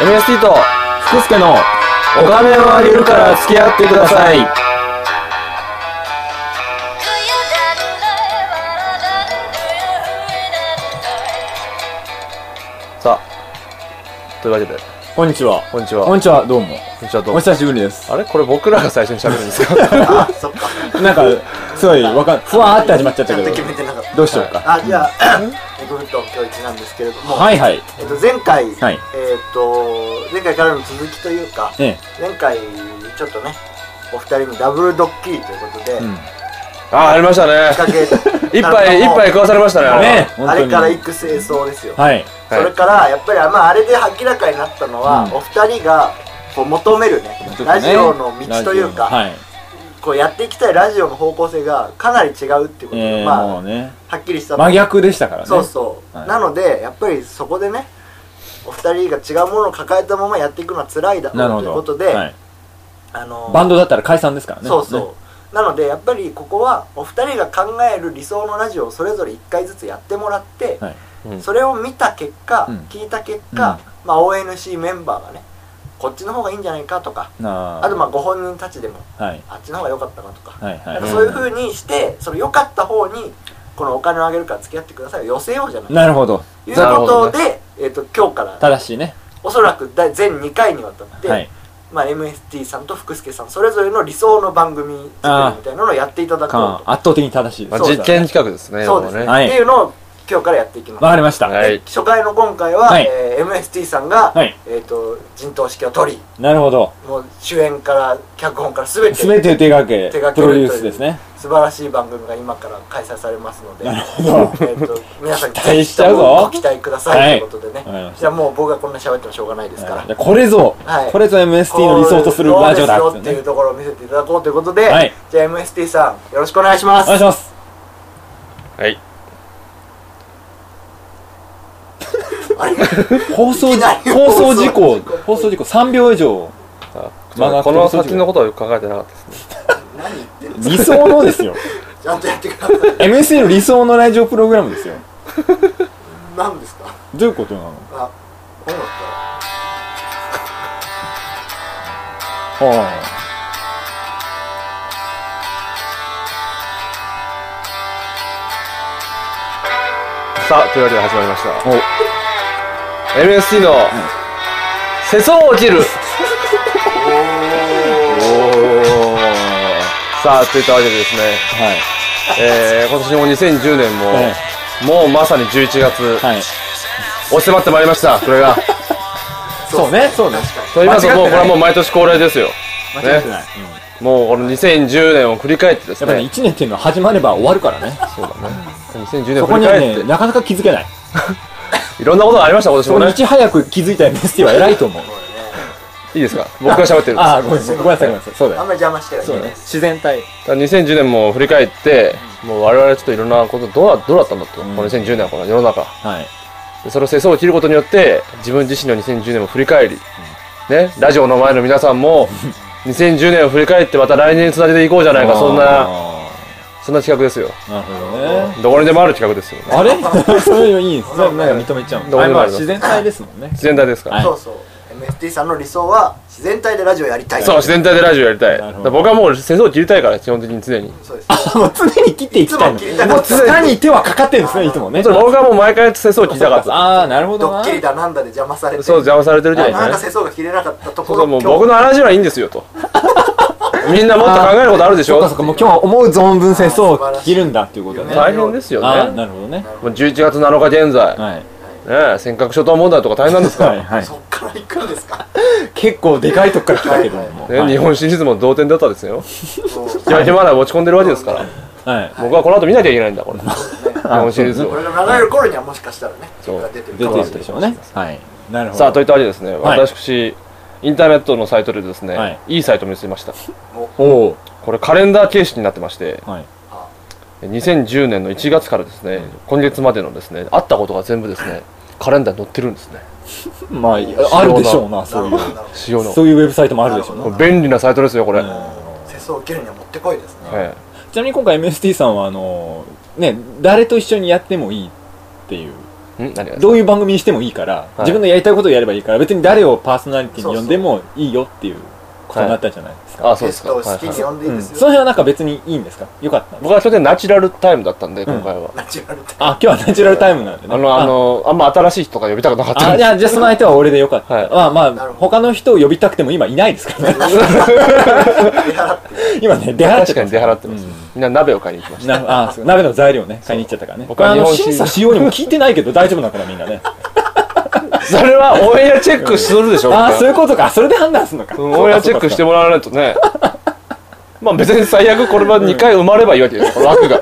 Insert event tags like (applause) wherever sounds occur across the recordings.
MST と福助のお金をあげるから付き合ってください。さあ、というわけで、こんにちは。こんにちは。こんにちは、どうも。こんにちは、どうおも。久しぶりです。あれこれ僕らが最初に喋るんですかなんか、すごい、わかん、ふわーって始まっちゃっちたゃんけど、と決めてなかったどうしようか。あじゃあえごめんと今日一なんですけれども、はいはい。えっと、前回、はいえっと前回からの続きというかええ。前回ちょっとねお二人のダブルドッキリということで、うん。 (laughs) あー、ありました (laughs) ね。 (laughs) け一杯、一杯食わされましたね、あれはね本当あにれから幾清掃ですよ、はい。はいそれからやっぱり、まあ、あれで明らかになったのは、うんお二人がこう求めるねちょっとねラジオの道というか、はい。こうやっていきたいラジオの方向性がかなり違うっていうことが、えー、まあ、もうね、はっきりした真逆でしたからね。そうそう、はいなのでやっぱりそこでねお二人が違うものを抱えたままやっていくのは辛いだなるろうほというど。ことで、はい。あのバンドだったら解散ですからね。そうそう、ね。なのでやっぱりここはお二人が考える理想のラジオをそれぞれ1回ずつやってもらって、はい。うんそれを見た結果、うん聞いた結果、まあ、ONC メンバーがねこっちの方がいいんじゃないかとかなあとまあご本人たちでもあ、はい。あっちの方が良かったかとか,、はいはないんか。そういう風にしてその良かった方にこのお金をあげるから付き合ってくださいを寄せようじゃないなるほど。というなるこほとどで、えっと今日から正しいね。おそらくだ全2回にわたって、はい。まあ、MST さんと福助さんそれぞれの理想の番組作りみたいなのをやっていただこかう圧倒的に正しいでまあす。そうだね実験企画ですね、とそうですねもはっていうのを今日からやっていきます、わかりました。ははい初回の今回は、はいえー MST さんが、い。えー、と陣頭指揮を取りなるほど。もう主演から脚本から全てすべて手掛け、手掛プけるロデといュうースですね。素晴らしい番組が今から開催されますのでなるほど。わかえー、と皆さん期待しちゃうぞぜひともご期待くださいということでね、りましじたゃあもう僕がこんな喋ってもしょうがないですから、はい。じゃあこれぞはい、これぞ MST の理想とするラジオだこうですよっていうところを見せていただこうということで、はいじゃあ MST さんよろしくお願いしおます願いします。はい。あれ放送いきじなり放送事故放送事故放送事故3秒以上あ間がこの先のことはよく考えてなかったですね。何言ってんの理想のですよちゃんとやってください MSC の理想のラジオプログラムですよ何ですかどういうことなのあ音楽かはさあ、というわけで始まりました。あお MSC の、世相を切 (laughs) るおーさあ、といったわけでですね、はいえー、今年も2010年も、えもうまさに11月、えはい押し迫ってまいりました、これ (laughs) が。そうねそうねと言いますと、間違もっうこれてないはもう毎年恒例ですよ。間違ってない、うんもうこの2010年を振り返ってですやっぱりね、 1年っていうのは始まれば終わるからねそうだね。2010年をそ振こりには返って、ねなかなか気づけないいろんなことがありました、今年そもこにねい。ち早く気づいた MST は偉いと思ういいですか僕が喋ってるんです。ああごめんなさいごめんなさいごめんなさいそうだあんよまり邪魔してはいけそうないだね自然体だから2010年も振り返って、もう我々ちょっといろんなことどうだどうだったんだと、うんこの2010年はこの世の中はいでそれを世相を切ることによって自分自身の2010年を振り返り、ねラジオの前の皆さん (laughs) も2010年を振り返ってまた来年につなげていこうじゃないかそんなあそんな企画ですよーなるほどねどこにでもある企画ですよねあれそういうのいいんですなんか認めちゃうどうでもいいまあ自然体ですもんね自然体ですから、はいそうそう MST さんの理想は自然体でラジオやりたいそう自然体でラジオやりたいだなるかほどら僕はもう世相を切りたいから基本的に常にそうですあもう常に切っていきたいのいつも切りたかもっうた常に手はかかってるんですねいつもねそれ僕はもう毎回世相を切りたかったああーなるほどドなッキリだなんだで邪魔されてそう邪魔されてるじゃないですなか、んねか世相が切れなかったとそこうろそうもう今日僕の話はいいんですよとみんなもっと考えることあるでしそょうかそうかもう今日は思う存分戦争を聞きるんだっていうことね素晴らし大変ですよああねなるほどねもう11月7日現在、はいねえ尖閣諸島問題とか大変なんですかはいら、はいそっから行くんですか結構でかいとこから来たけどもねはい日本シリーズも同点だったですよそう引き分けまだ落ち込んでるわけですからはい僕はこの後見なきゃいけないんだこれ日本シリーズこをれが流れる頃にはもしかしたらねそう結果が出てる出かてもるでしょうねはいなるほどさあといったわけでですね、はい私インターネットのサイトでですね、、はいいサイトを見つけましたおおこれカレンダー形式になってましてはい2010年の1月からですね今月までのですねあったことが全部ですねカレンダーに載ってるんですねまああるでしょうなそういなるほどうなるほ仕様のそういうウェブサイトもあるでしょうなこれ便利なサイトですよこれ、ど世相を切るにはもってこいですねえちなみに今回 MST さんはあのね誰と一緒にやってもいいっていうえん何がですかどういう番組にしてもいいから、い自分のやりたいことをやればいいから、別に誰をパーソナリティに呼んでもいいよっていうことになったじゃないですか。あ、そうですか。ゲはいストを好きに呼んでいいうんでそすの辺よ、はなんか別にいいんですかよかったんです僕は去年ナチュラルタイムだったんで、今回は。ナチュラルタイムあ、今日はナチュラルタイムなんでね。あの、あの、あんま新しい人が呼びたくなかっあ、たんあじで。ゃあ、じゃあその相手は俺でよかった。はいまあまなるあ、ほど他の人を呼びたくても今いないで (laughs) すからね。出払って今ね、出払っち確ゃかったに出払ってますうん。みんな鍋を買いに行きました。なあそう鍋の材料ね、買いに行っちゃったからね。僕はあの日本酒審査しようにも聞いてないけど大丈夫なのかな、みんなね。 (laughs) それはオンエアチェックするでしょああ、みんなそういうことか。それで判断するのか。うんオンエアチェックしても。もらわないとね。まあ別に最悪これは2回生まればいいわけですよ、枠 (laughs) が。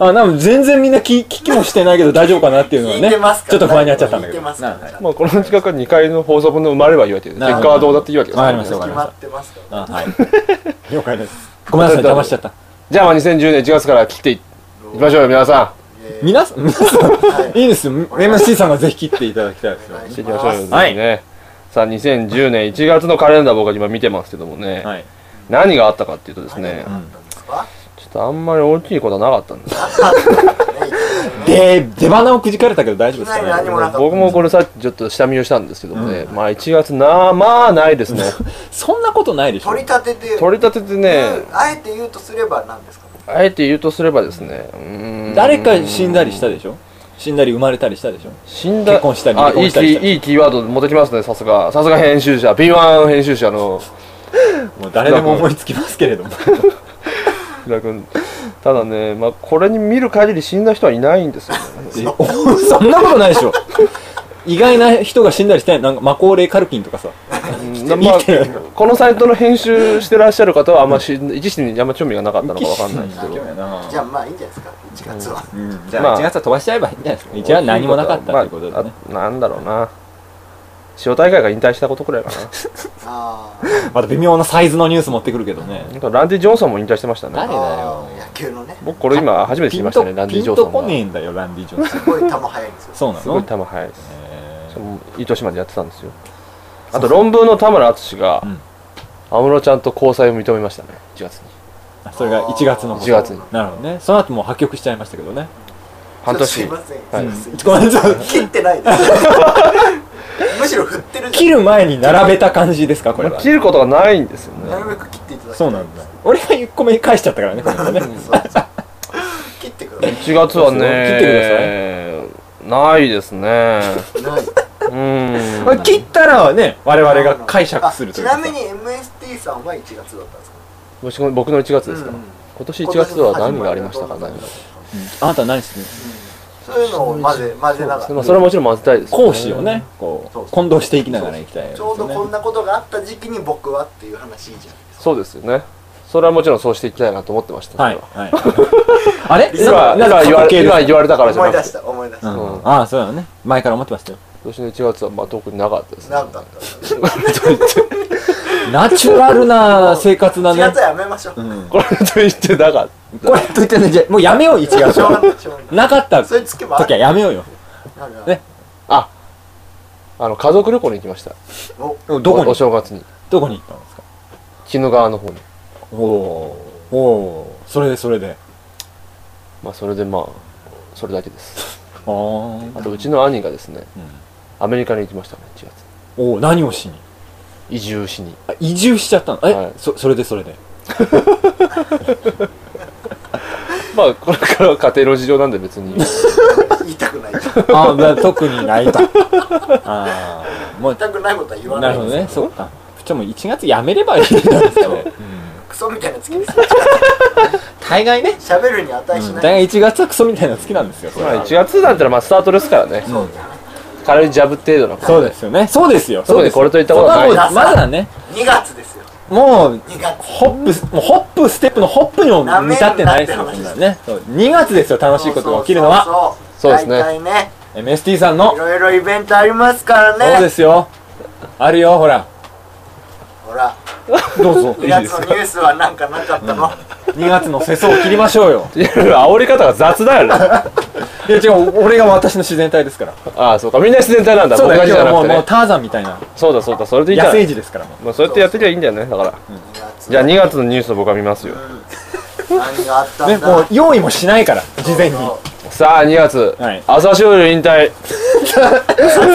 あ、なんか全然みんな聞聞きもしてないけど大丈夫かなっていうのは聞いね。てますかちょっと不安になっちゃったんだけ聞ど。いてますからなまあこの企画は2回の放送分の生まればいいわけです。なる結ほど果はどうだっていいわけですよ。わかりました決まってますからあはい。了解です。ごめんなさい、答えた騙しちゃった。じゃあまあ2010年1月から切っていいきましょうよ、皆さ皆さん、皆さはん、いいですよ。MSC さんがぜひ切っていただきたいですよ。ん。切っていきましょうよ、はいね。さあ2010年1月のカレンダー僕は今見てますけどもね、はい。何があったかっていうとですね、何があったんですかちょっとあんまり大きいことはなかったんですよで、出花をくじかれたけど大丈夫 (laughs) いきですなかりね何もなかった僕もこれさっきちょっと下見をしたんですけどもね、まあ1月なまあない (laughs) ですねそんなことないでしょ取り立てて取り立ててねあえて言うとすれば何ですかあえて言うとすればですねうーん誰か死んだりしたでしょ死んだり生まれたりしたでしょ死んだ結婚したり離あい婚いしたりしたりキいいキーワード持ってきますねさすがさすが編集者 B1 編集者のもう誰でも思いつきますけれども平君ただねまあこれに見る限り死んだ人はいないんですよねそんなことないでしょ意外な人が死んだりしてないなんかマコーレー・カルキンとかさ (laughs) うんまあ生きてるこのサイトの編集してらっしゃる方はあんまし一時にあんま興味がなかったのかわかんないですけどじゃあまあいいんじゃないですか1月はうんじゃまああ1月は飛ばしちゃえばいいんじゃないですか一応何もなかったということでねまああなんだろうな塩大会が引退したことくらいかなああまた微妙なサイズのニュース持ってくるけどねなんかランディ・ジョンソンも引退してましたね誰だよあー野球のね僕これ今初めて知ピりンましたとねランデピィ・ジョンンソとンこがねえんだよランディ・ジョン (laughs) ソンすごい球速いんですよそうなすごいの球速いですえーもう糸島でやってたんですよあと論文の田村淳がうん安室ちゃんと交際を認めましたね1月にあそれが1月のこと1月になるほどねその後もう破局しちゃいましたけどね半すい年ません、はいすいませんごめんなさい切ってないですむしろ振ってるじ切る前に並べた感じですかこれまはあ切ることがないんですよゃんなねるべく切っていただきたそいうなんだ俺が1個目返しちゃったからねこれはねそうそう切ってくだ1月はね切ってないですねさいないうんまあ切ったらね我々が解釈するというあかちなみに MST さんは1月だったんですか僕の僕の1月ですか、うん今年1月は何がありましたかねあなたは何してるのそういうのを混ぜ混ぜながまあ、らそれはもちろん混ぜたいですよ講師をねこそうう混同していきながら行きたいですちょようどこんねなことがあった時期に僕はっていう話いいじゃんそうですよねそれはもちろんそうしていきたいなと思ってました、はいはいあれそれは今なんか今言わ過去れ形です今言われたからじゃ思いな出くしてた思い出しうた、んんああそうだね前から思ってましたよ今年の1月はまあ特になかったですねなんだったんだナチュラルな生活だ4ね月はやめましょう、うんこれと言ってなかっこれと言ってねじゃあもうやめよう1し月ょうがはないしょうがないなかったそう時いう月もあはるやめようよあるあるねたああの家族旅行に行きましたおどこおおに正月にどこに行ったんですか鬼怒川の方におおおーそれでそれでまあそれでまあそれだけですあああとうちの兄がですねアメリカに行きましたね1月おお何をしに移住しにあ移住しちゃったのえ、はいそそれでそれでま (laughs) あこれからは家庭の事情なんで別に言いたくないああだ特にないとああもう全くないことは言わなないるでほすどねそっかじゃあもう1月やめればいいんですけどクソみたいな月です大概ね喋るに値しうん大ない、概1月はクソみたいな月なんですよこれまはあ1月だったらまあスタートですからねそう軽いジャブ程度のそうですよねそうですよ特そうにですこれといったことはないそんなもんまだね2月ですよもう2月ホップス、もうホップ、ステップのホップにも見立ってないですよ、なめんなって話ね。そう2月ですよ、楽しいことが起きるのは。そうですね大体ね MST さんいの、ろいろイベントありますからねそうですよ。あるよ、ほら。ほらどうぞ。 2月のニュースはなんかなかったの2月の世相を切りましょうよ。いや (laughs) 煽り方が雑だよねいや違う、俺が私の自然体ですから。ああそうかみんな自然体なんだそう僕だだよ、け今じゃ日なはもくてう、もうねターザンみたいな。そうだそうだそれでいいん野だ生児ですから、もう。まあそうやってやってりゃいいんだよねだから2月じゃあ2月のニュースを僕は見ますよ何があったんね、だもう用意もしないから、事前に。そうさあ、2月、はい朝青龍引退。 (laughs) さ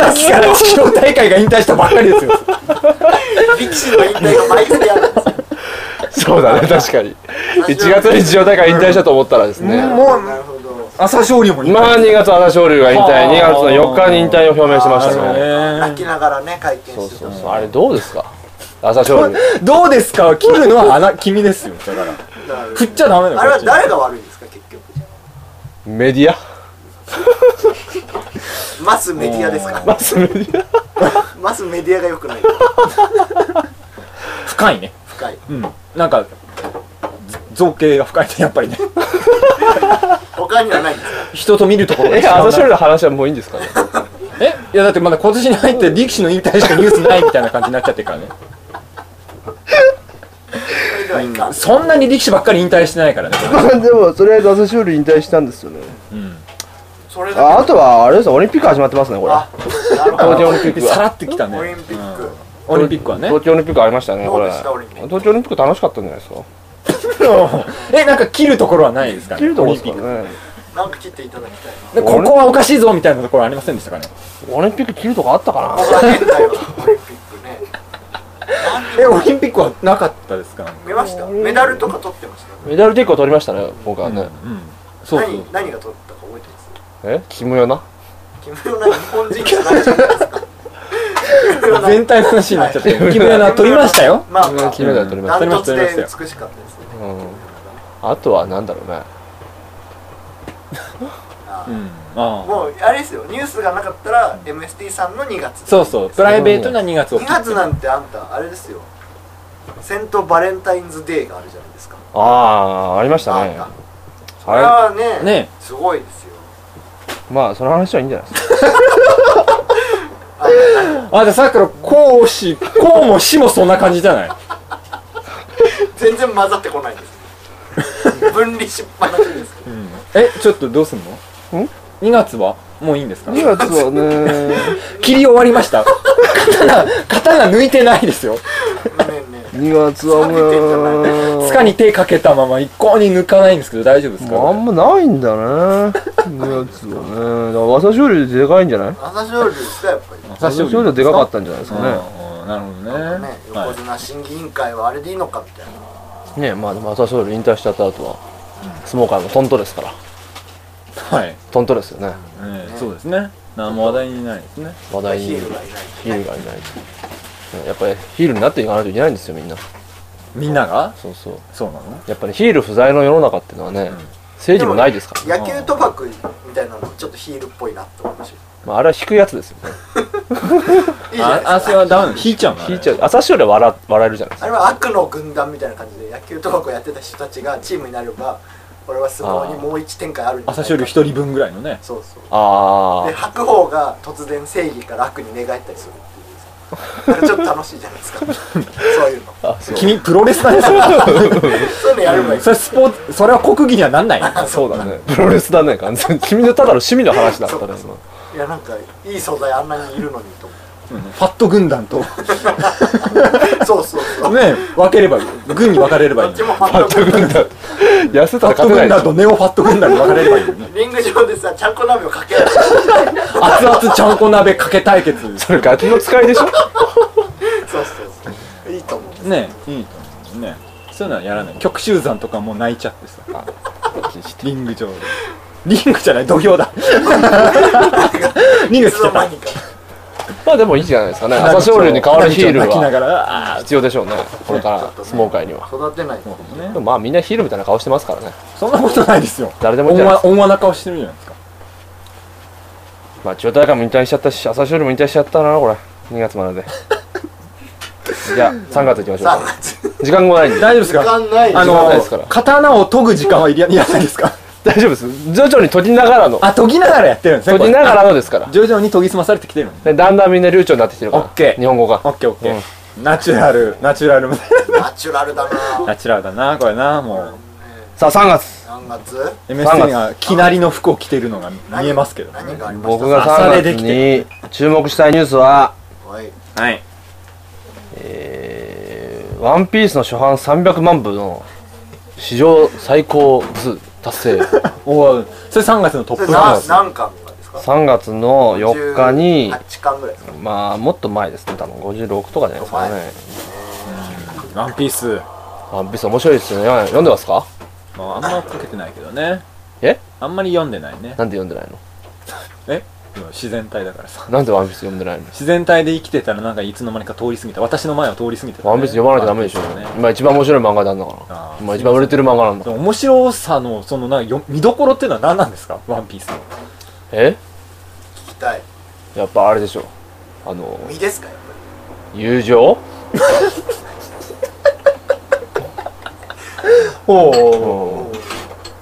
っきから地方大会が引退したばっかりですよ。力士の引退が毎月あるんですよそうだね、確 (laughs) かに。1月に千代大会引退したと思ったらですね。もなるう、ほど朝勝利も引退まあ、2月朝青龍が引退、はあ2月の4日に引退を表明しまししたたね。ね泣きながらね会見そうしてそたうそう。あれ、どうですか朝青龍。どうですかは切るのはあな君ですよ。だから。だから振っちゃダメだよ。あれはこっち誰が悪いんですか結局メディアマスメディアですかマスメディ (laughs) マスメディアが良くない深いね。深いうん。なんか、ず造形が深いね、やっぱ (laughs) りね。他にはないんですか人と見るところアが違うえ、な朝青龍の話はもういいんですかねえいやだってまだ今年に入って力士の引退しかニュースないみたいな感じになっちゃってるからね。それではいかんそんなに力士ばっかり引退してな (laughs) いからね。 (laughs) でも、とりあえず朝青龍引退したんですよね。うん。それだああとは、あれですよオリンピック始まってますね、これ。あなる東ほ京どオリンピックさは。らってきたね。オリンピックオリンピックはね。東京オリンピックありましたね、こどうれ。でしたオリンピック東京オリンピック楽しかったんじゃないですか (laughs) え、なんか切るところはないですかね。切ると思うんオでリすンかピッね。なんか切っていただきたいクでここはおかしいぞみたいなところありませんでしたかね。オリンピック切るとかあったかなここなが現代はオリンピックねえ、オリンピックはなかったですか見ましたメダルとか取ってましたメダル結構取りましたね、僕はうん。うね。ん。そうそう何。何が取ったか覚えてますえキムヨナ奇妙な日本人じゃないじゃないですか全体の話になっちゃってる。木村は取りましたよ。まあまあ金メダル取りまダしントツで取りまし美しかったですねた。うん。あとは、なんだろうね。あうん。ああ。もうあれですよニュースがなかったら MST さんの2月そうそう。プライベートな2月を切2って。月なんてあんたあれですよセントバレンタインズデーがあるじゃないですかああ、ありましたあねん。たそれあはねねすごいですよれまあ、その話はいいんじゃないですか。あ、じゃあさっきから、こうし、こうもしもそんな感じじゃない全然混ざってこないです分離しっぱなしですけどえ、ちょっとどうすんのん ?2 月はもういいんですか2月は (laughs) ね、切り終わりました。刀、刀抜いてないですよ。ねえねえ2月はもつう、かに手かけたまま一向に抜かないんですけど大丈夫ですかもうあんまないんだね。2月はね。だから、朝青龍でかいんじゃない朝青龍ですかやっぱりね朝青龍でかかったんじゃないですかね。ああなるほどね横綱審議委員会はあれでいいのかみたいなねまあ、でも朝青龍引退しちゃった後は、相撲界もトントですから。はい、はいトントですよね。ええそうですね何も話題にないですね話題ヒにールがいないヒールがいないやっぱりヒールになっていかないといけないんですよみんなみんながそうそうそうなのやっぱりヒール不在の世の中っていうのはね、政治もないですから、野球賭博みたいなのもちょっとヒールっぽいなって思いましまあ、あれは引くやつですよねたいいじゃなあいであすそかれはダウン引いちゃうの引いちゃう朝潮で笑笑えるじゃないですあれは悪の軍団みたいな感じで野球賭博やってた人たちがチームになれば俺は相撲にもう一展開あるんじゃないか朝青龍一人分ぐらいのねそうそうかあで白鵬が突然正義から悪に寝返ったりするっていうさなんかちょっと楽しいじゃないです (laughs) かそういうのーあそう君プロレスラー (laughs) ですそういうのやればいいよそれスポーツそれは国技にはなんないよそうだねプロレスだね完全に君のただの趣味の話だったね今いやなんかいい素材あんなにいるのにと思うんファット軍団とねってそうそうそう分ければ軍に分かれればいどいのにっちもファット軍団痩せフたァらッ勝トてな軍いで団しょとネオファット軍団に分かれればいいのにリング上でさちゃんこ鍋をかけ合って熱々ちゃんこ鍋かけ対決それガキの使いでしょそうそうそういいと思うねいいと思うねそういうのはやらない極集山とかもう泣いちゃってさ (laughs) リング上でリングじゃない土俵 (laughs) だリングいつつけの間たにかまあでもいいじゃないですかね朝青龍に代わるヒール泣きなはがらあ必要でしょうねこれから相撲界には育てないーねでもまあみんなヒールみたいな顔してますからねそんなことないですよ誰でもいい温じゃないですか和温和な顔してるじゃないですかまあ、千代大会も引退しちゃったし、朝青龍も引退しちゃったな、これ。2月ま (laughs) でで。じゃあ、3月行きましょう3か。月時間もないんで。大丈夫で時すか間ないあ時間のないですから刀を研ぐ時間はいりいらないで (laughs) すか大丈夫です。徐々に研ぎながらの。あ研ぎながらやってるんですね研ぎながこらのですかられ。徐々に研ぎ澄まされてきてるんですでだんだんみんな流暢になってきてるから。オッケー日本語が。オッケーオッケーナチュラルナチュラルナチュラルだなナチュラルだなこれなもさあ、3月。何月う MST がきなりの服を着てるのが見えますけど何がありました僕が3朝で月きに注目したいニュースは、はいはい (laughs) えー、ワンピースの初版300万部の史上最高部数達成。おおそれ3月のトッそれプなラ何ンス何巻とかですか3月の4日に、 8巻ぐらいですかまあ、もっと前ですね、多分56とかじゃないですかね。ワンピース、ワンピース面白いですよね。読んでますかまあ、あんまかけてないけどねえあんまり読んでないねなんで読んでないのえでも自然体だからさなんでワンピース読んでないの自然体で生きてたらなんかいつの間にか通り過ぎた私の前を通り過ぎてたね、ワンピース読まないとダメでしょ。今一番面白い漫画なんだからあ。ー今一番売れてる漫画なんだでも面白さのそのなんかよ見どころっていうのは何なんですかワンピースのえ聞きたいやっぱあれでしょ。あの、身ですかやっ友情おうんおぱ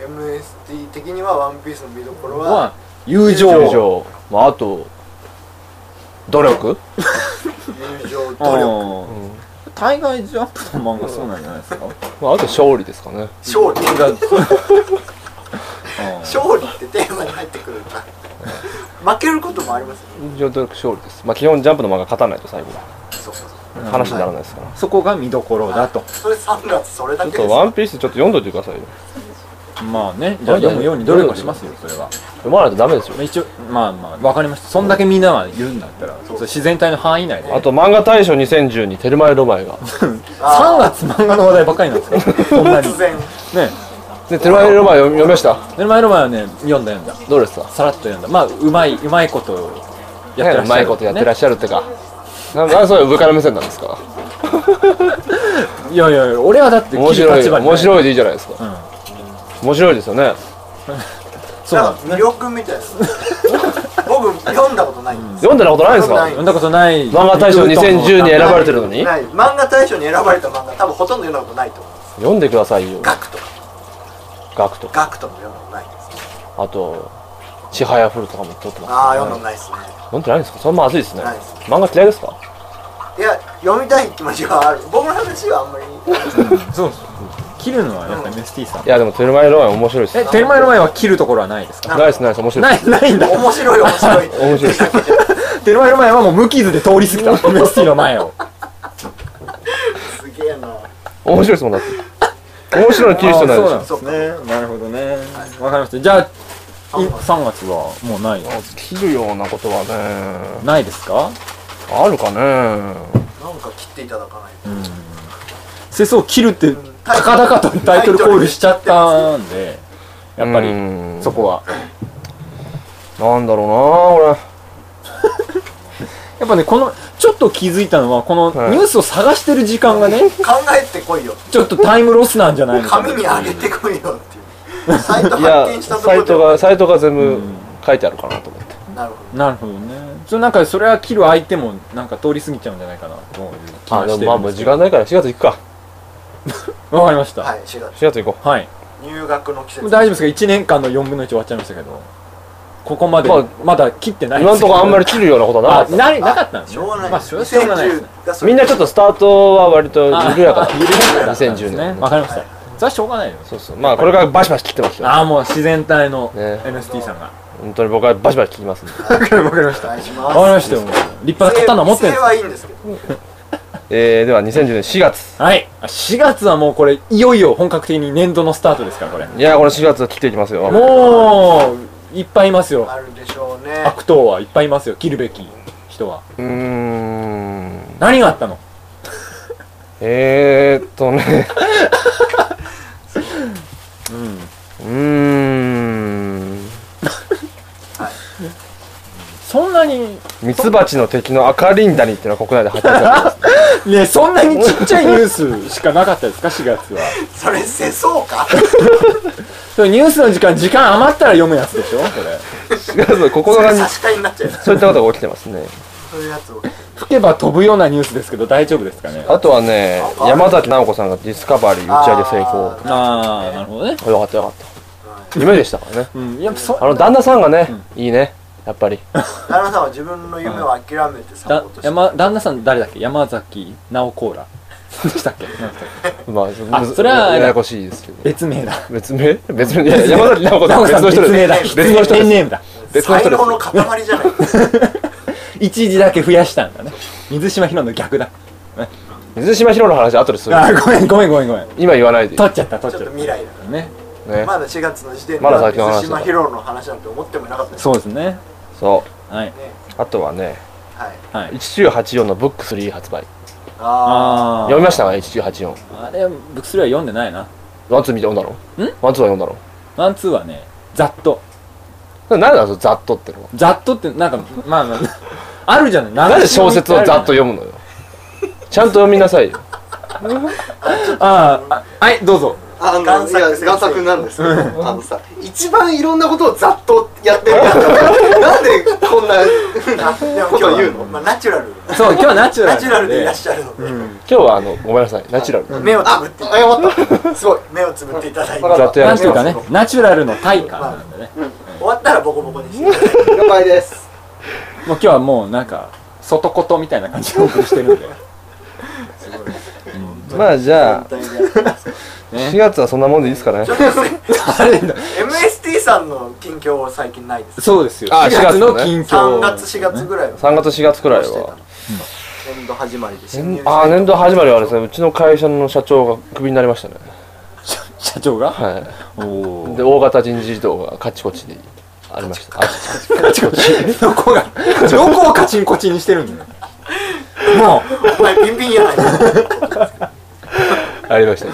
り MST 的にはワンピースの見どころはは友情友情。まあ、あと、努力友情あ努力ーうん大概ジャンプの漫画そうなんじゃないですかまあ、あと勝利ですかね。勝利が (laughs) うん勝利ってテーマに入ってくるんだ負けることもありますよね友情努力勝利です。まあ、基本ジャンプの漫画勝たないと最後はそうそうそう話にならないですから。そこが見どころだとそれ3月それだちょけっですとワンピースちょっと読んどいてくださいよ。まあねじゃあ読むように努力はしますよそれは読まないとダメですよまあ。一応まあまあわかりましたそんだけみんなが言うんだったらそれ自然体の範囲内であと漫画大賞2012テルマエロマエが3あ月漫画の話題ばっかりなんです (laughs) かそんなーに突然ねでテルマエロマエ読み読みましたえ前の前はね読んだ読んだどうですかさらっと読んだまあうまいうまいことやってらっしゃる、ね、うまいことやってらっしゃるってかなんなんでそういう上から目線なんですかいやいやいや俺はだって面切る白い立場に面い、白いでいいじゃないですかうん、面白いですよねそうななんんですか魅ね力みたいです僕読んだことないんです読んでたことないですか読ん読んだことない漫画大賞2010に選ばれてるのにない漫画大賞に選ばれた漫画多分ほとんど読んだことないと思うんです読んでくださいよガクとかガクとかガクとも読んだことないですあとちはやふるとかも撮ってますああ読んだことないですね読んでないんですかそんなまずいですねないです漫画嫌いですかいや読みたい気持ちはある僕の話はあんまりそうそう切るのはやっぱ MST さんいやでもテルマエロマエ面白いですえテルマエの前は切るところはないですかナイスナイス面白いなでいないんだ面白い面白い面白いテルマエの前はもう無傷で通り (laughs) 過ぎた MST の前をすげえすな面白いですもんだって面白いの切る必要ないでしあょそうなんですねなるほどねわかりましたじゃあい三3月月はもうないの切るようなことはねないですかあるかねなんか切っていただかないと世相を切るってん高々とタイトルコールしちゃったんでやっぱりうんそこはなんだろうな俺やっぱねこのちょっと気づいたのはこのはいニュースを探してる時間が (laughs) ね考えてこいよちょっとタイムロスなんじゃないのかな紙にあげてこいよっていうサイトい発見やしたとこサろイでトがサイトが全部書いてあるかなと思って、なるほなるほどねそれなんかそれは切る相手もなんか通り過ぎちゃうんじゃないかなという気あがでしもてまあるんもでうすけ時ど間ないから4月行くかわかりましたどは、はいい4月4月行こ入学の季節もう大丈夫ですか1年間の4分の1終わっちゃいましたけどここまでまあまだ切ってなういで今すんとこあんまりり切るようなことはなかあったななかったんですしょうがないまあしょうしょうがないですね2010がそれみんなちょっとスタートは割とあ緩やかだ緩やかだったんです2010年ねわかりましたそれはしょうがないよそうそうまあこれからバシバシ切ってますよああもう自然体のね MST さんが本当に僕はバシバシ切りますんでわかりましお願いしわかりまますしたよもう立派な刀持ってるん姿です勢はいいんですけどえー、では2010年4月はいあ4月はもうこれいよいよ本格的に年度のスタートですからこれいやーこの4月は切っていきますよもういっぱいいますよあるでしょうね悪党はいっぱいいますよ切るべき人はうーん何があったのえーっとねうん (laughs) うーんそんなにミツバチの敵の赤リンダニっていうのは国内で発見されたんですねそんなにちっちゃいニュースしかなかったですか4月はそれ世相かそれニュースの時間時間余ったら読むやつでしょこれ4月のそ9れ日差にし替えになっちゃうよそういったことが起きてますねそういうやつを吹けば飛ぶようなニュースですけど大丈夫ですかねあとはね山崎直子さんがディスカバリー打ち上げ成功あああなるほどねよかったよかった夢でしたからねうんやっぱそあの旦那さんがね、いいねやっぱり旦那さんは自分の夢を諦めてサだポートして山旦那さん誰だっけ山崎直子らでしたっけなんだったっけまああそれはややこしいですけど別名だ別名別名いや山崎直子さん直子別さんの人別名でだす別の人ペンでネームだ別の才人です能の塊じゃない一時だけ増やしたんだね水島ひろの逆だす水島ひろの話後でするあーごめんごめんごめんごめん今言わないで取っちゃった取ちっょちっとゃっ未来だたねねまだ4月の時点でまだ先の話だ水島ヒロの話なんて思ってもいなかったですそうですねそうはいねあとはねはいはい1984のブック3発売ああ読みましたか1984ああれはブックスリーは読んでないなワンツー見て読んだろんワンツーは読んだろワンツーはねざっとななんなんそのざっとってのはざっとってなんかまあ (laughs) まああるじゃないなんで小説をざっと読む (laughs) のよちゃんと読みなさいよあああはいどうぞあの贋い作や先生贋作なんですけどあのさ一番いろんなことをざっとやってるやつだなんでこんなあでも今日は言うの、まあ、ナチュラルそう今日はナチュラルナチュラルでいらっしゃるので、今日はあのごめんなさいナチュラル目をつあぶって謝ったすごい目をつぶっていただいてわか終っざったとやならんせてていもうからねナチュラルの体感なんでねわったらボコボコにして了解ですもう今日はもうなんか外ことみたいな感じでお送りしてるんでうまあじゃあ本当にねね4月はそんなもんでいいですかねあれ (laughs) だ MST さんの近況は最近ないですそうですよあ4月の4月近況3月4月ぐらいの3月4月くらいどうしてたはの年度始まりです年あー年度始まりはですねうちの会社の社長がクビになりましたね社社長がはおい (laughs) おで大型人事異動がカチコチでありましたあどこがどこをカチンコチンにしてるんだよもお前ビンビンやないかありましたね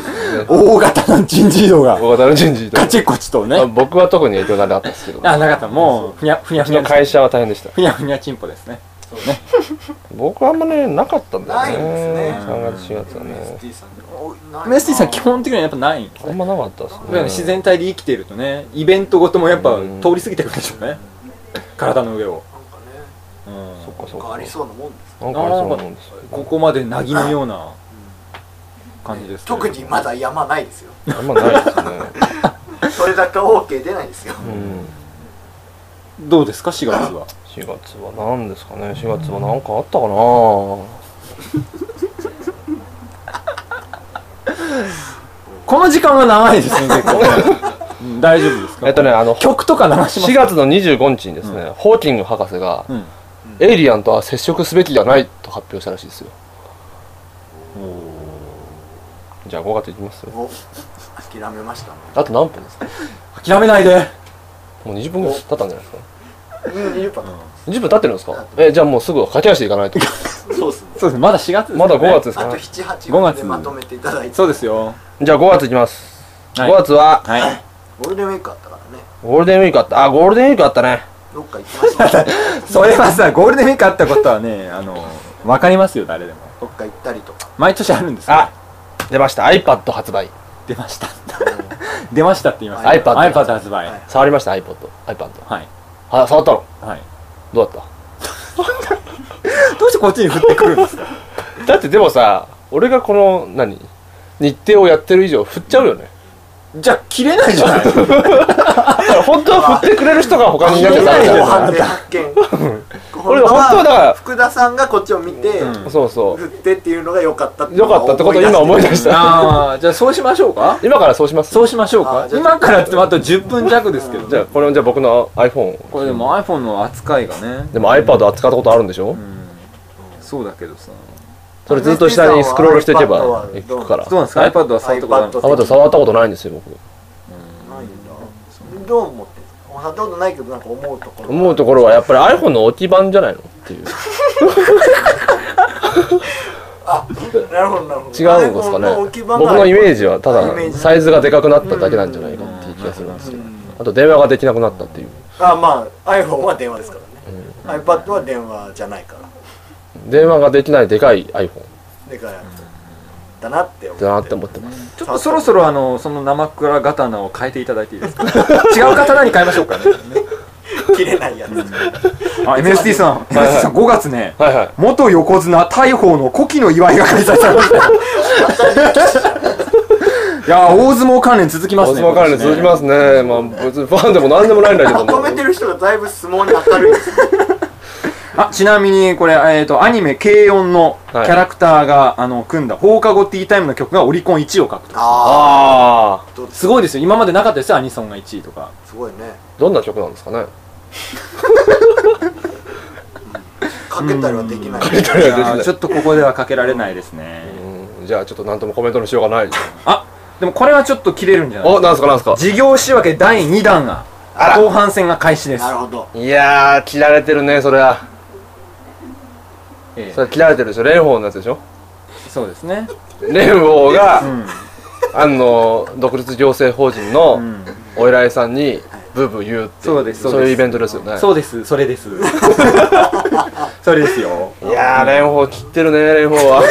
う大型の人事異動が大型の人事異動カチコチとねまあ僕は特に影響がなかったですけどうあなかったもうふにゃふにゃふちにゃのです会社は大変でしたふにゃふにゃチンポですね僕はあんまねなかったんだよねないんですね3月4月はね MST さんでおないなメスティさん基本的にはやっぱないんですあんねまなかったですだからね自然体で生きているとねイベントごともやっぱうん通り過ぎてくるでしょうね体の上をなんかねうんそっかそっなんかかありそうなもんですなんかありそうなんですここまでなぎのような感じですけれども特にまだ山ないですよあんまないですねそれだけ OK 出ないですようんどうですか4月は4月は何ですかね4月は何かあったかなこの時間が長いですね結構うん大丈夫ですかえっとねあの曲とか流します4月の25日にですね、うホーキング博士が、うんエイリアンとは接触すべきではないと発表したらしいですよじゃあ5月いきますお諦めましたねあと何分ですか諦めないでもう20分ぐらい経ったんじゃないですかうんいいパ20分経ってるんですかえじゃあもうすぐ駆け足でいかないとそうですねそうですねまだ4月ですまだ5月ねですあか (laughs) とね78五分月でまとめていただいてそうですよじゃあ5月いきます、はい5月ははいゴールデンウィークあったからねゴールデンウィークあったあゴールデンウィークあったねどっか行きました (laughs) ねそれはさゴールデンウィークあったことはねあのわかりますよ誰でもどっか行ったりとか毎年あるんですよあ出ました iPad 発売出ました (laughs) 出ましたって言います iPad iPad 発売はい触りました iPodiPad はいは触ったのはいどうだっどうしてこっちに振ってくるんですかただってでもさ俺がこの何日程をやってる以上振っちゃうよねじゃあ切れないじゃないだから本当は振ってくれる人が他にいなきゃダメいだやいごやよ飯で発見俺本当はだから福田さんがこっちを見て、うんそうそ振ってっていうのが良かったうよかったってことを今思い出したああじゃあそうしましょうか今からそうしますそうしましょうかあじゃあ今からって言ってもあと10分弱ですけどじゃあこれじゃあ僕の iPhone これでも iPhone の扱いがねでも iPad 扱ったことあるんでしょ、うんそうだけどさそれずっと下にスクロールしていけばいくからどうなんですか iPad は触ったことあるんですか iPad 触ったことないんですよ僕ないんだどう思ってんすか触ったことないけどなんか思うところ思うところはやっぱり iPhone の置き版じゃないのっていうなるほどなる違うんほどですかね僕のイメージはただサイズがでかくなっただけなんじゃないかっていう気がするんですよあと電話ができなくなったっていうあまあ iPhone は電話ですからね、iPad は電話じゃないから電話ができないでかい iPhone だからだなって思ってだなって思ってますちょっとそろそろあのその生倉刀を変えていただいていいです (laughs) か違う刀に変えましょうかね切れないやつあ MSD さん MSD さん5月ねはいはい元横綱大鵬の古希の祝いが開催されま (laughs) したいやー大相撲関連続きま大すね相撲関連続きますねまあ別にファンでも何でもないんだけ (laughs) ども止めてる人がだいぶ相撲に明るいですねあちなみにこれ、えー、とアニメ「軽音」のキはいャラクターが、あの組んだ放課後ティータイムの曲がオリコン1位を獲得あああすごいですよ今までなかったですよアニソンが1位とかあすごいねどんな曲なんですかねかけたりはできないいやーちょっとここではかけられないですね、うんじゃあちょっと何ともコメントのしようがないあでもこれはちょっと切れるんじゃないお、なんすかなんすか事業仕分け第2弾があら後半戦が開始ですなるほどいやー、切られてるね、それは。ええそれは切られてるでしょ。蓮舫のやつでしょ。そうですね蓮舫うが、んあの、独立行政法人うのんお偉いさんに、ブーブー言うっていそうですそうですいうイベントですよね。そうですそ (laughs) れですそれですよいやー、蓮舫切ってるね、蓮舫 (laughs) は。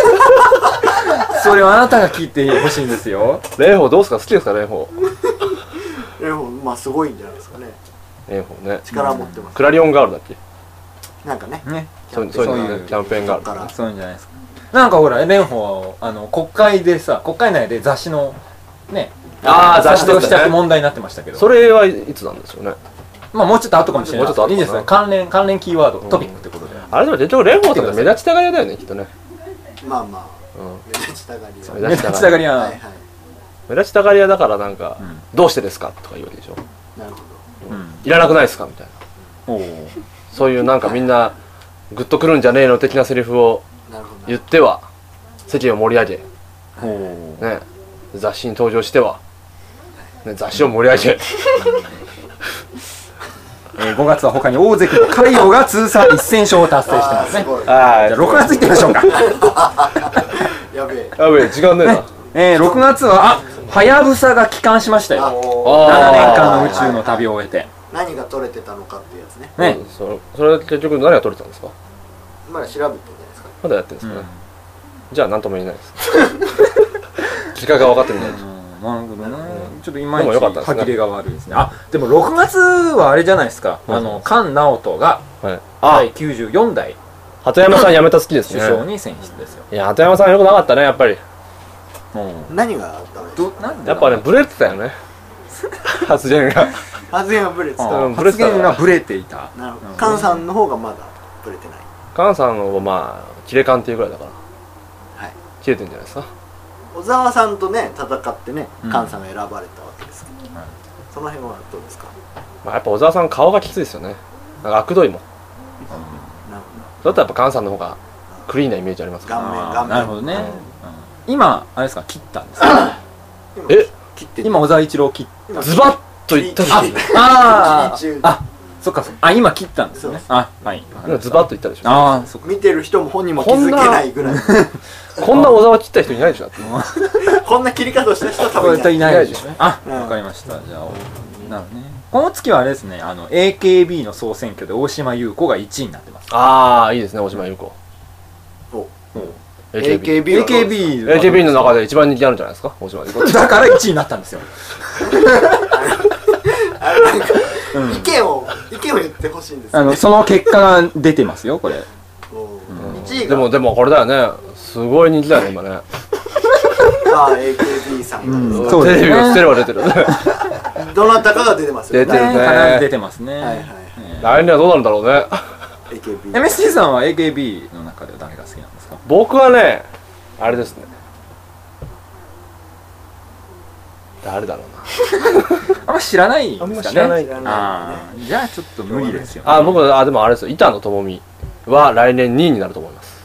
それをあなたが聞いてほしいんですよ蓮舫どうですか好きですか、蓮舫。でもまあすごいんじゃないですかね蓮舫ね。力持ってます、クラリオンガールだっけなんかねねそういうそういうそうのいねうキャンペーンガール。からそういうんじゃないですかなんかほら蓮舫はあの国会でさ国会内で雑誌のねあー雑誌とかねをしちゃって問題になってましたけどそれはいつなんですよね。まあもうちょっと後かもしれないもうちょっと後いいですね関連関連キーワードトピックってことであれでも結局蓮舫さんって目立ちたがりだよね、きっとね。まあまうんあ目立ちたがりは目目立ちたがりははいはい目立ちたがり屋だからなんか、んどうしてですかとか言うわけでしょなるほうんいらなくないですかみたいなおおそういうなんかみんなグッとくるんじゃねえの的なセリフをどなるほど言っては席を盛り上おおげ、ね、雑誌に登場しては、ね、雑誌を盛り (laughs) 上げえー、5月は他に大関の海洋が通算1000勝を達成してますねすごはいじゃあ6月いってみましょうか、やべえやべえ時間ねえな、えー、6月はあはやぶさが帰還しましたよあ7ー年間の宇宙の旅を終えて何が取れてたのかっていうやつねねそそれ結局何が取れたんですかまだ調べてんじゃないですかまだやってるんですかねうん、じゃあ何とも言えないです (laughs) 時間が分かってみないなるほどね。ちょっといまいでもよちかったです歯ね切れが悪いですね。あ、でも6月はあれじゃないですか。はいあの、菅直人がはい、あ第94代鳩山さん辞めた好きです首ね相に選出ですよ。いや鳩山さんよくなかったねやっぱり何がダメですどかなんでやっぱね、ブレてたよね (laughs) 発言が発言はブレてたあうんブレ発てた言がブレていた。なるほうどん菅さんの方がまだブレてない菅さんのまあ切れ感っていうぐらいだからはい切れてんじゃないですか小沢さんとね戦ってねうん菅さんが選ばれたわけですけど、はいその辺はどうですかまあやっぱ小沢さん顔がきついですよねなんか悪どいもんなるだったらやっぱ菅さんの方がクリーンなイメージありますから顔面あー顔面なるほどね。ううん今、あれですか、切ったんですかほどえ切って今、小沢一郎切っ今ズバッと言ったでし切りょ (laughs) あ切り中ああ、そっかそっか。あ、今切ったんですよねそ。あ、はい。今ズバッと言ったでしょああ、そっか。見てる人も本人も気づけないぐらいこんな小沢切った人いないでしょだってこんな切り方をした人は多こ分れいないいないでしょうね。あ、うんわかりました。じゃあ、なるほどね。この月はあれですね、あの、AKB の総選挙で大島優子が1位になってます。ああいいですね大島優子お AKB AKB はどうです AKB は AKB の中で一番人気あるんじゃないですか大島優子だから1位になったんですよ。あれなんかうん意見を意見を言ってほしいんですあよの、ねその結果が出てますよ、これ。おうん1位でがもでもこれだよねすごい人気だよね今ねあ AKB さんがですうんかそうですテねレビ映テレビ出てる (laughs) どなたかが出てますよ出てるね必ず出てますね。はいはいは来年はどうなんだろうねい AKB MSG さんは AKB の中では誰が好きなんですか僕はねあれですね誰だろうなあんま知らないですかあんね。ま知らない知らないあーじゃあちょっと無理ですよ、ね。あ、僕、あ、でもあれですよ、板野友美は来年2位になると思います。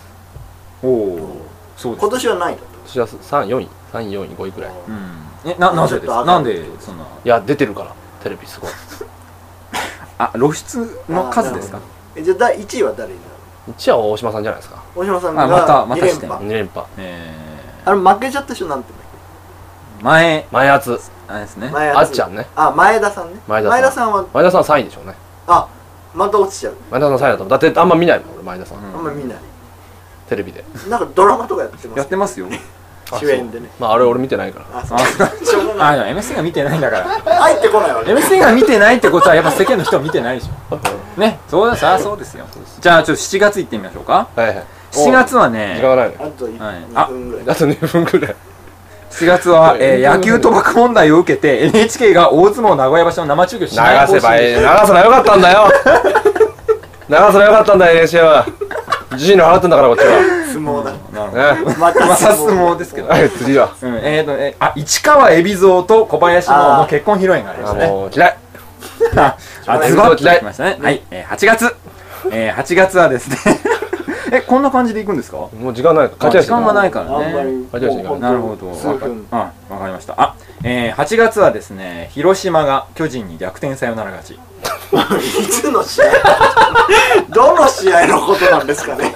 おお、そうです今か。年はないだ私は3、4位、3、4位、5位くらい。いとうん。え、な、なぜですちょっとか上がなんるで、そんな、や、出てるから、テレビすごい。あ、露出の数ですかえじゃあ第1位は誰になる1位は大島さんじゃないですか。大島さんあまたがま2た連してんの覇2連覇。えあれ負けちゃった人なんて言うんだっー、前、前厚。あれですねけ。前あっちゃんね。あ前田さんね前田さんは前田さん3位でしょうね。あまた落ちちゃう前田さん3位だと思う。だってあんま見ないもん、俺、前田さん。うんあんま見ないテレビで。なんかドラマとかやってまやすってます (laughs) よ。あ主演でねまあ、あれ俺見てないから。あそうあ、しょうがあ、ないじゃあ MC が見てないんだから。入ってこないわね MC が見てないってことは、やっぱ世間の人は見てないでし (laughs) ょ。ね、そうです、あ、そうですよ。じゃあ、ちょっと7月行ってみましょうか。はいはい。 7月はお時ね間、がないね。あとはい2分ぐらいあと2分くらい。 7月は、 (laughs) えーはい野球賭博問題を受けて、NHK が大相撲名古屋場所の生中継をし流ない方針せばいい。で流すなよかったんだよ。 (laughs) 流すなよかったんだよ、NHK は。自身の払ってんだから、こっちは。相撲だなるほど。ね。ままたあ、相撲ですけど。はい、次は。うん、えーと、えーあ、市川海老蔵と小林のあーの結婚披露宴がありまあしたね。の、嫌い。あ、あズバッと嫌いきましたね。はい、えー、8月。えー、8月はですね。 (laughs) え、こんな感じで行くんですかもう時間ないから。勝ち足時間がないからあんまりね。ありがとうございますもう本当なるほど。数分わかうん、わわかりましたあえー、8月はですね広島が巨人に逆転サヨナラ勝ちいつの試合どの試合のことなんですかね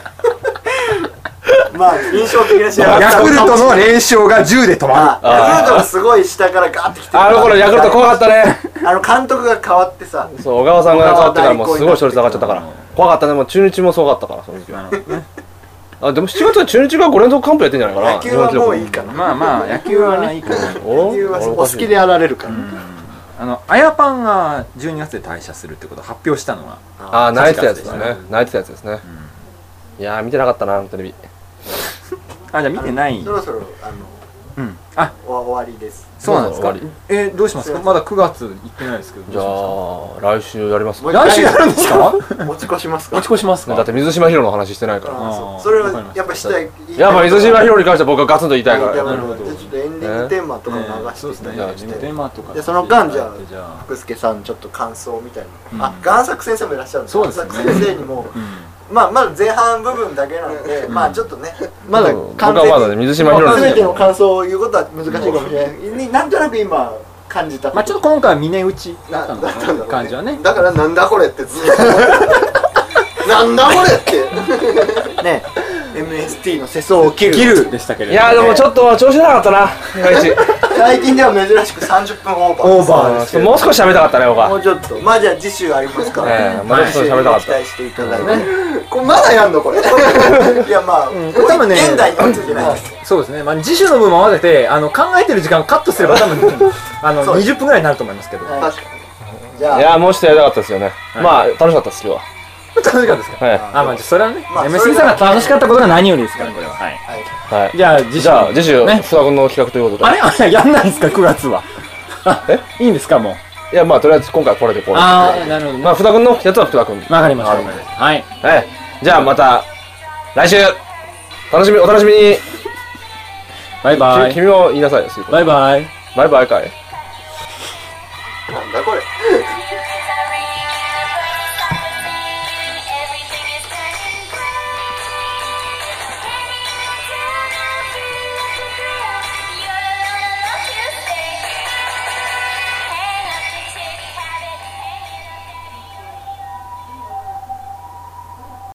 まあ印象的な試合はヤクルトの連勝が10で止まあヤクルトがすごい下からガーってきてあの頃ヤクルト怖かったねあの監督が変わってさそう小川さんが変わってからもうすごい勝率上がっちゃったから怖かったねもう中日もすごかったからその時るはなるほどねあでも7月は中日が5連続完封やってんじゃないかな野球はもういいかなまあまあ野球はいいかなお野球は俺おお好かしいきでやられるから、あのあやパンが12月で退社するってことを発表したのはああ泣いてたやつだ確かね泣いてたやつですねいやー見てなかったなテレビあじゃあ見てないそろそろあのうんあお終わりですそうなんですどうかぞ終わえーどうしますかまだ9月行ってないですけどじゃあ来週やりますもうだ来一回週やるんです (laughs) か持ち越しますか持ち越しますかって水島ヒロの話してないからああーそうそれわかりまはしたやっぱしたいやっぱ水島ヒ広ロに関しては僕はガツンと言いたいからななるるほほどどじゃあちょっとエンディングテーマとか流していきたいじゃあなと思ってテーマとかでその間じゃあじゃあ福助さんちょっと感想みたいな、うんあ贋作先生もいらっしゃるんでそうですね贋作先生にもうんまあまだ前半部分だけなんで、んまあちょっとねまだ僕完はまだね全に水島ヒロ全てにの感想を言うことは難しいかもしれないになんとなく今感じたまあちょっと今回は峰打ちだなったのだったかんなだ感じはねだからなんだこれって (laughs) ずっとなんだこれってね MST の世相を切るギルでしたけれいどもやーでもちょっと調子なかったな毎 (laughs) 日最近では珍しく30分オーバーオーバーですけどもう少し喋りたかったね僕もはうちょっとまあじゃあ次週ありますから、ええまあちょっと喋りたかった次週に期待していただいて、これまだやんのこれいやまあ、これ多分ね現代に落ちてないですそうですね、まあ、次週の分も合わせてあの考えてる時間カットすれば多 (laughs) 分あのそう20分ぐらいになると思いますけど確かにじゃあいやーもうちょっとやりたかったですよねまあ楽しかったです今日は楽しかったですかはあまあそれはね、まあ MC さんが楽しかったことが何よりですからこれは、はい、はいいはいじゃあ次じゃあ次週ねふた君の企画ということあでれあれやんないんですか9月は (laughs) えいいんですかもういやまあとりあえず今回はこれでこうああなるほどまあふた君のやつはふた君わかりましたはいはいじゃあまた来週楽しみお楽しみにバイバきイ君も言いなさいよバイバイバイバイかいなんだこれ Sorry,